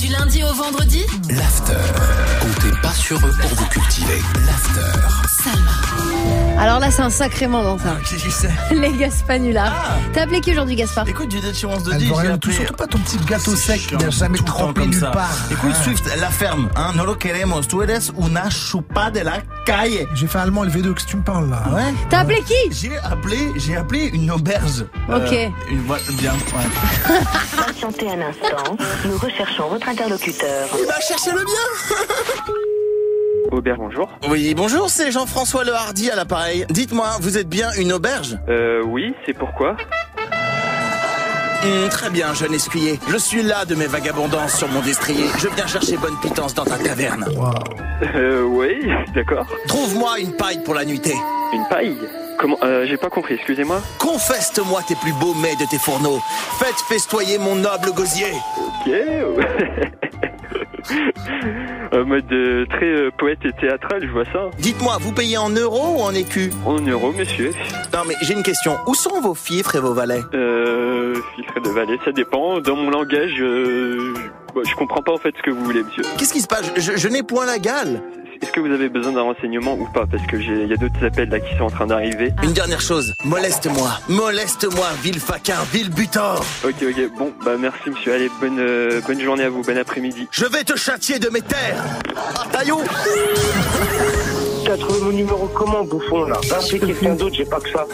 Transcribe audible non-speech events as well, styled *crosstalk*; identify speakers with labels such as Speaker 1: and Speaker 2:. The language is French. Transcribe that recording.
Speaker 1: Du lundi au vendredi,
Speaker 2: L'after. Comptez pas sur eux pour vous cultiver. L'after.
Speaker 1: Salma.
Speaker 3: Alors là, c'est un sacré moment, ça.
Speaker 4: Qui qui c'est Ah,
Speaker 3: Les Gaspanulars. T'as appelé qui aujourd'hui, Gaspard
Speaker 4: Écoute, du déchirance de
Speaker 5: Elle
Speaker 4: dix,
Speaker 5: veut
Speaker 4: j'ai
Speaker 5: rien, tout,
Speaker 4: appelé-
Speaker 5: surtout pas ton petit gâteau
Speaker 4: C'est
Speaker 5: sec qui
Speaker 4: chiant,
Speaker 5: n'a jamais
Speaker 4: tout le temps
Speaker 5: trempé
Speaker 4: comme
Speaker 5: nulle
Speaker 4: ça.
Speaker 5: part.
Speaker 4: Écoute,
Speaker 5: Ah.
Speaker 4: Swift, la ferme, hein, no lo queremos, tu eres una chupa de la calle.
Speaker 5: J'ai fait allemand le V2 que tu me parles là.
Speaker 4: Ah Ouais.
Speaker 3: T'as appelé qui
Speaker 4: J'ai appelé, j'ai appelé une auberge. Euh,
Speaker 3: Ok.
Speaker 4: une- ouais, bien, ouais.
Speaker 6: Patientez un instant, nous recherchons votre interlocuteur.
Speaker 4: Il va chercher le bien.
Speaker 7: Aubert, bonjour.
Speaker 4: Oui, bonjour, c'est Jean-François Le Hardy à l'appareil. Dites-moi, vous êtes bien une auberge
Speaker 7: Euh, oui, c'est pourquoi *laughs*
Speaker 4: Hum, très bien, jeune escuyer. Je suis là de mes vagabondances sur mon destrier. Je viens chercher bonne pitance dans ta taverne.
Speaker 7: Euh, oui, *laughs* d'accord.
Speaker 4: Trouve-moi une paille pour la nuitée.
Speaker 7: Une paille Comment euh, J'ai pas compris, excusez-moi.
Speaker 4: Confeste-moi tes plus beaux mets de tes fourneaux. Faites festoyer mon noble gosier.
Speaker 7: Ok. *laughs* En mode euh, très euh, poète et théâtral, je vois ça.
Speaker 4: Dites-moi, vous payez en euros ou en écus
Speaker 7: En euros, monsieur.
Speaker 4: Non mais j'ai une question. Où sont vos fifres et vos valets
Speaker 7: Euh, filtre de valet, ça dépend. Dans mon langage, euh, je- bah, je comprends pas en fait ce que vous voulez, monsieur.
Speaker 4: Qu'est-ce qui se passe Je, je n'ai point la gale.
Speaker 7: Est-ce que vous avez besoin d'un renseignement ou pas Parce que j'ai, il y a d'autres appels là qui sont en train d'arriver.
Speaker 4: Une dernière chose. Moleste-moi. Moleste-moi, vil faquin, vil butor.
Speaker 7: Ok, ok. Bon, bah merci, monsieur. Allez, bonne, euh, bonne journée à vous, bon après-midi.
Speaker 4: Je vais te châtier de mes terres. Ah, taillot
Speaker 8: T'as trouvé mon numéro comment, bouffon, là Rappelez quelqu'un d'autre, j'ai pas que ça.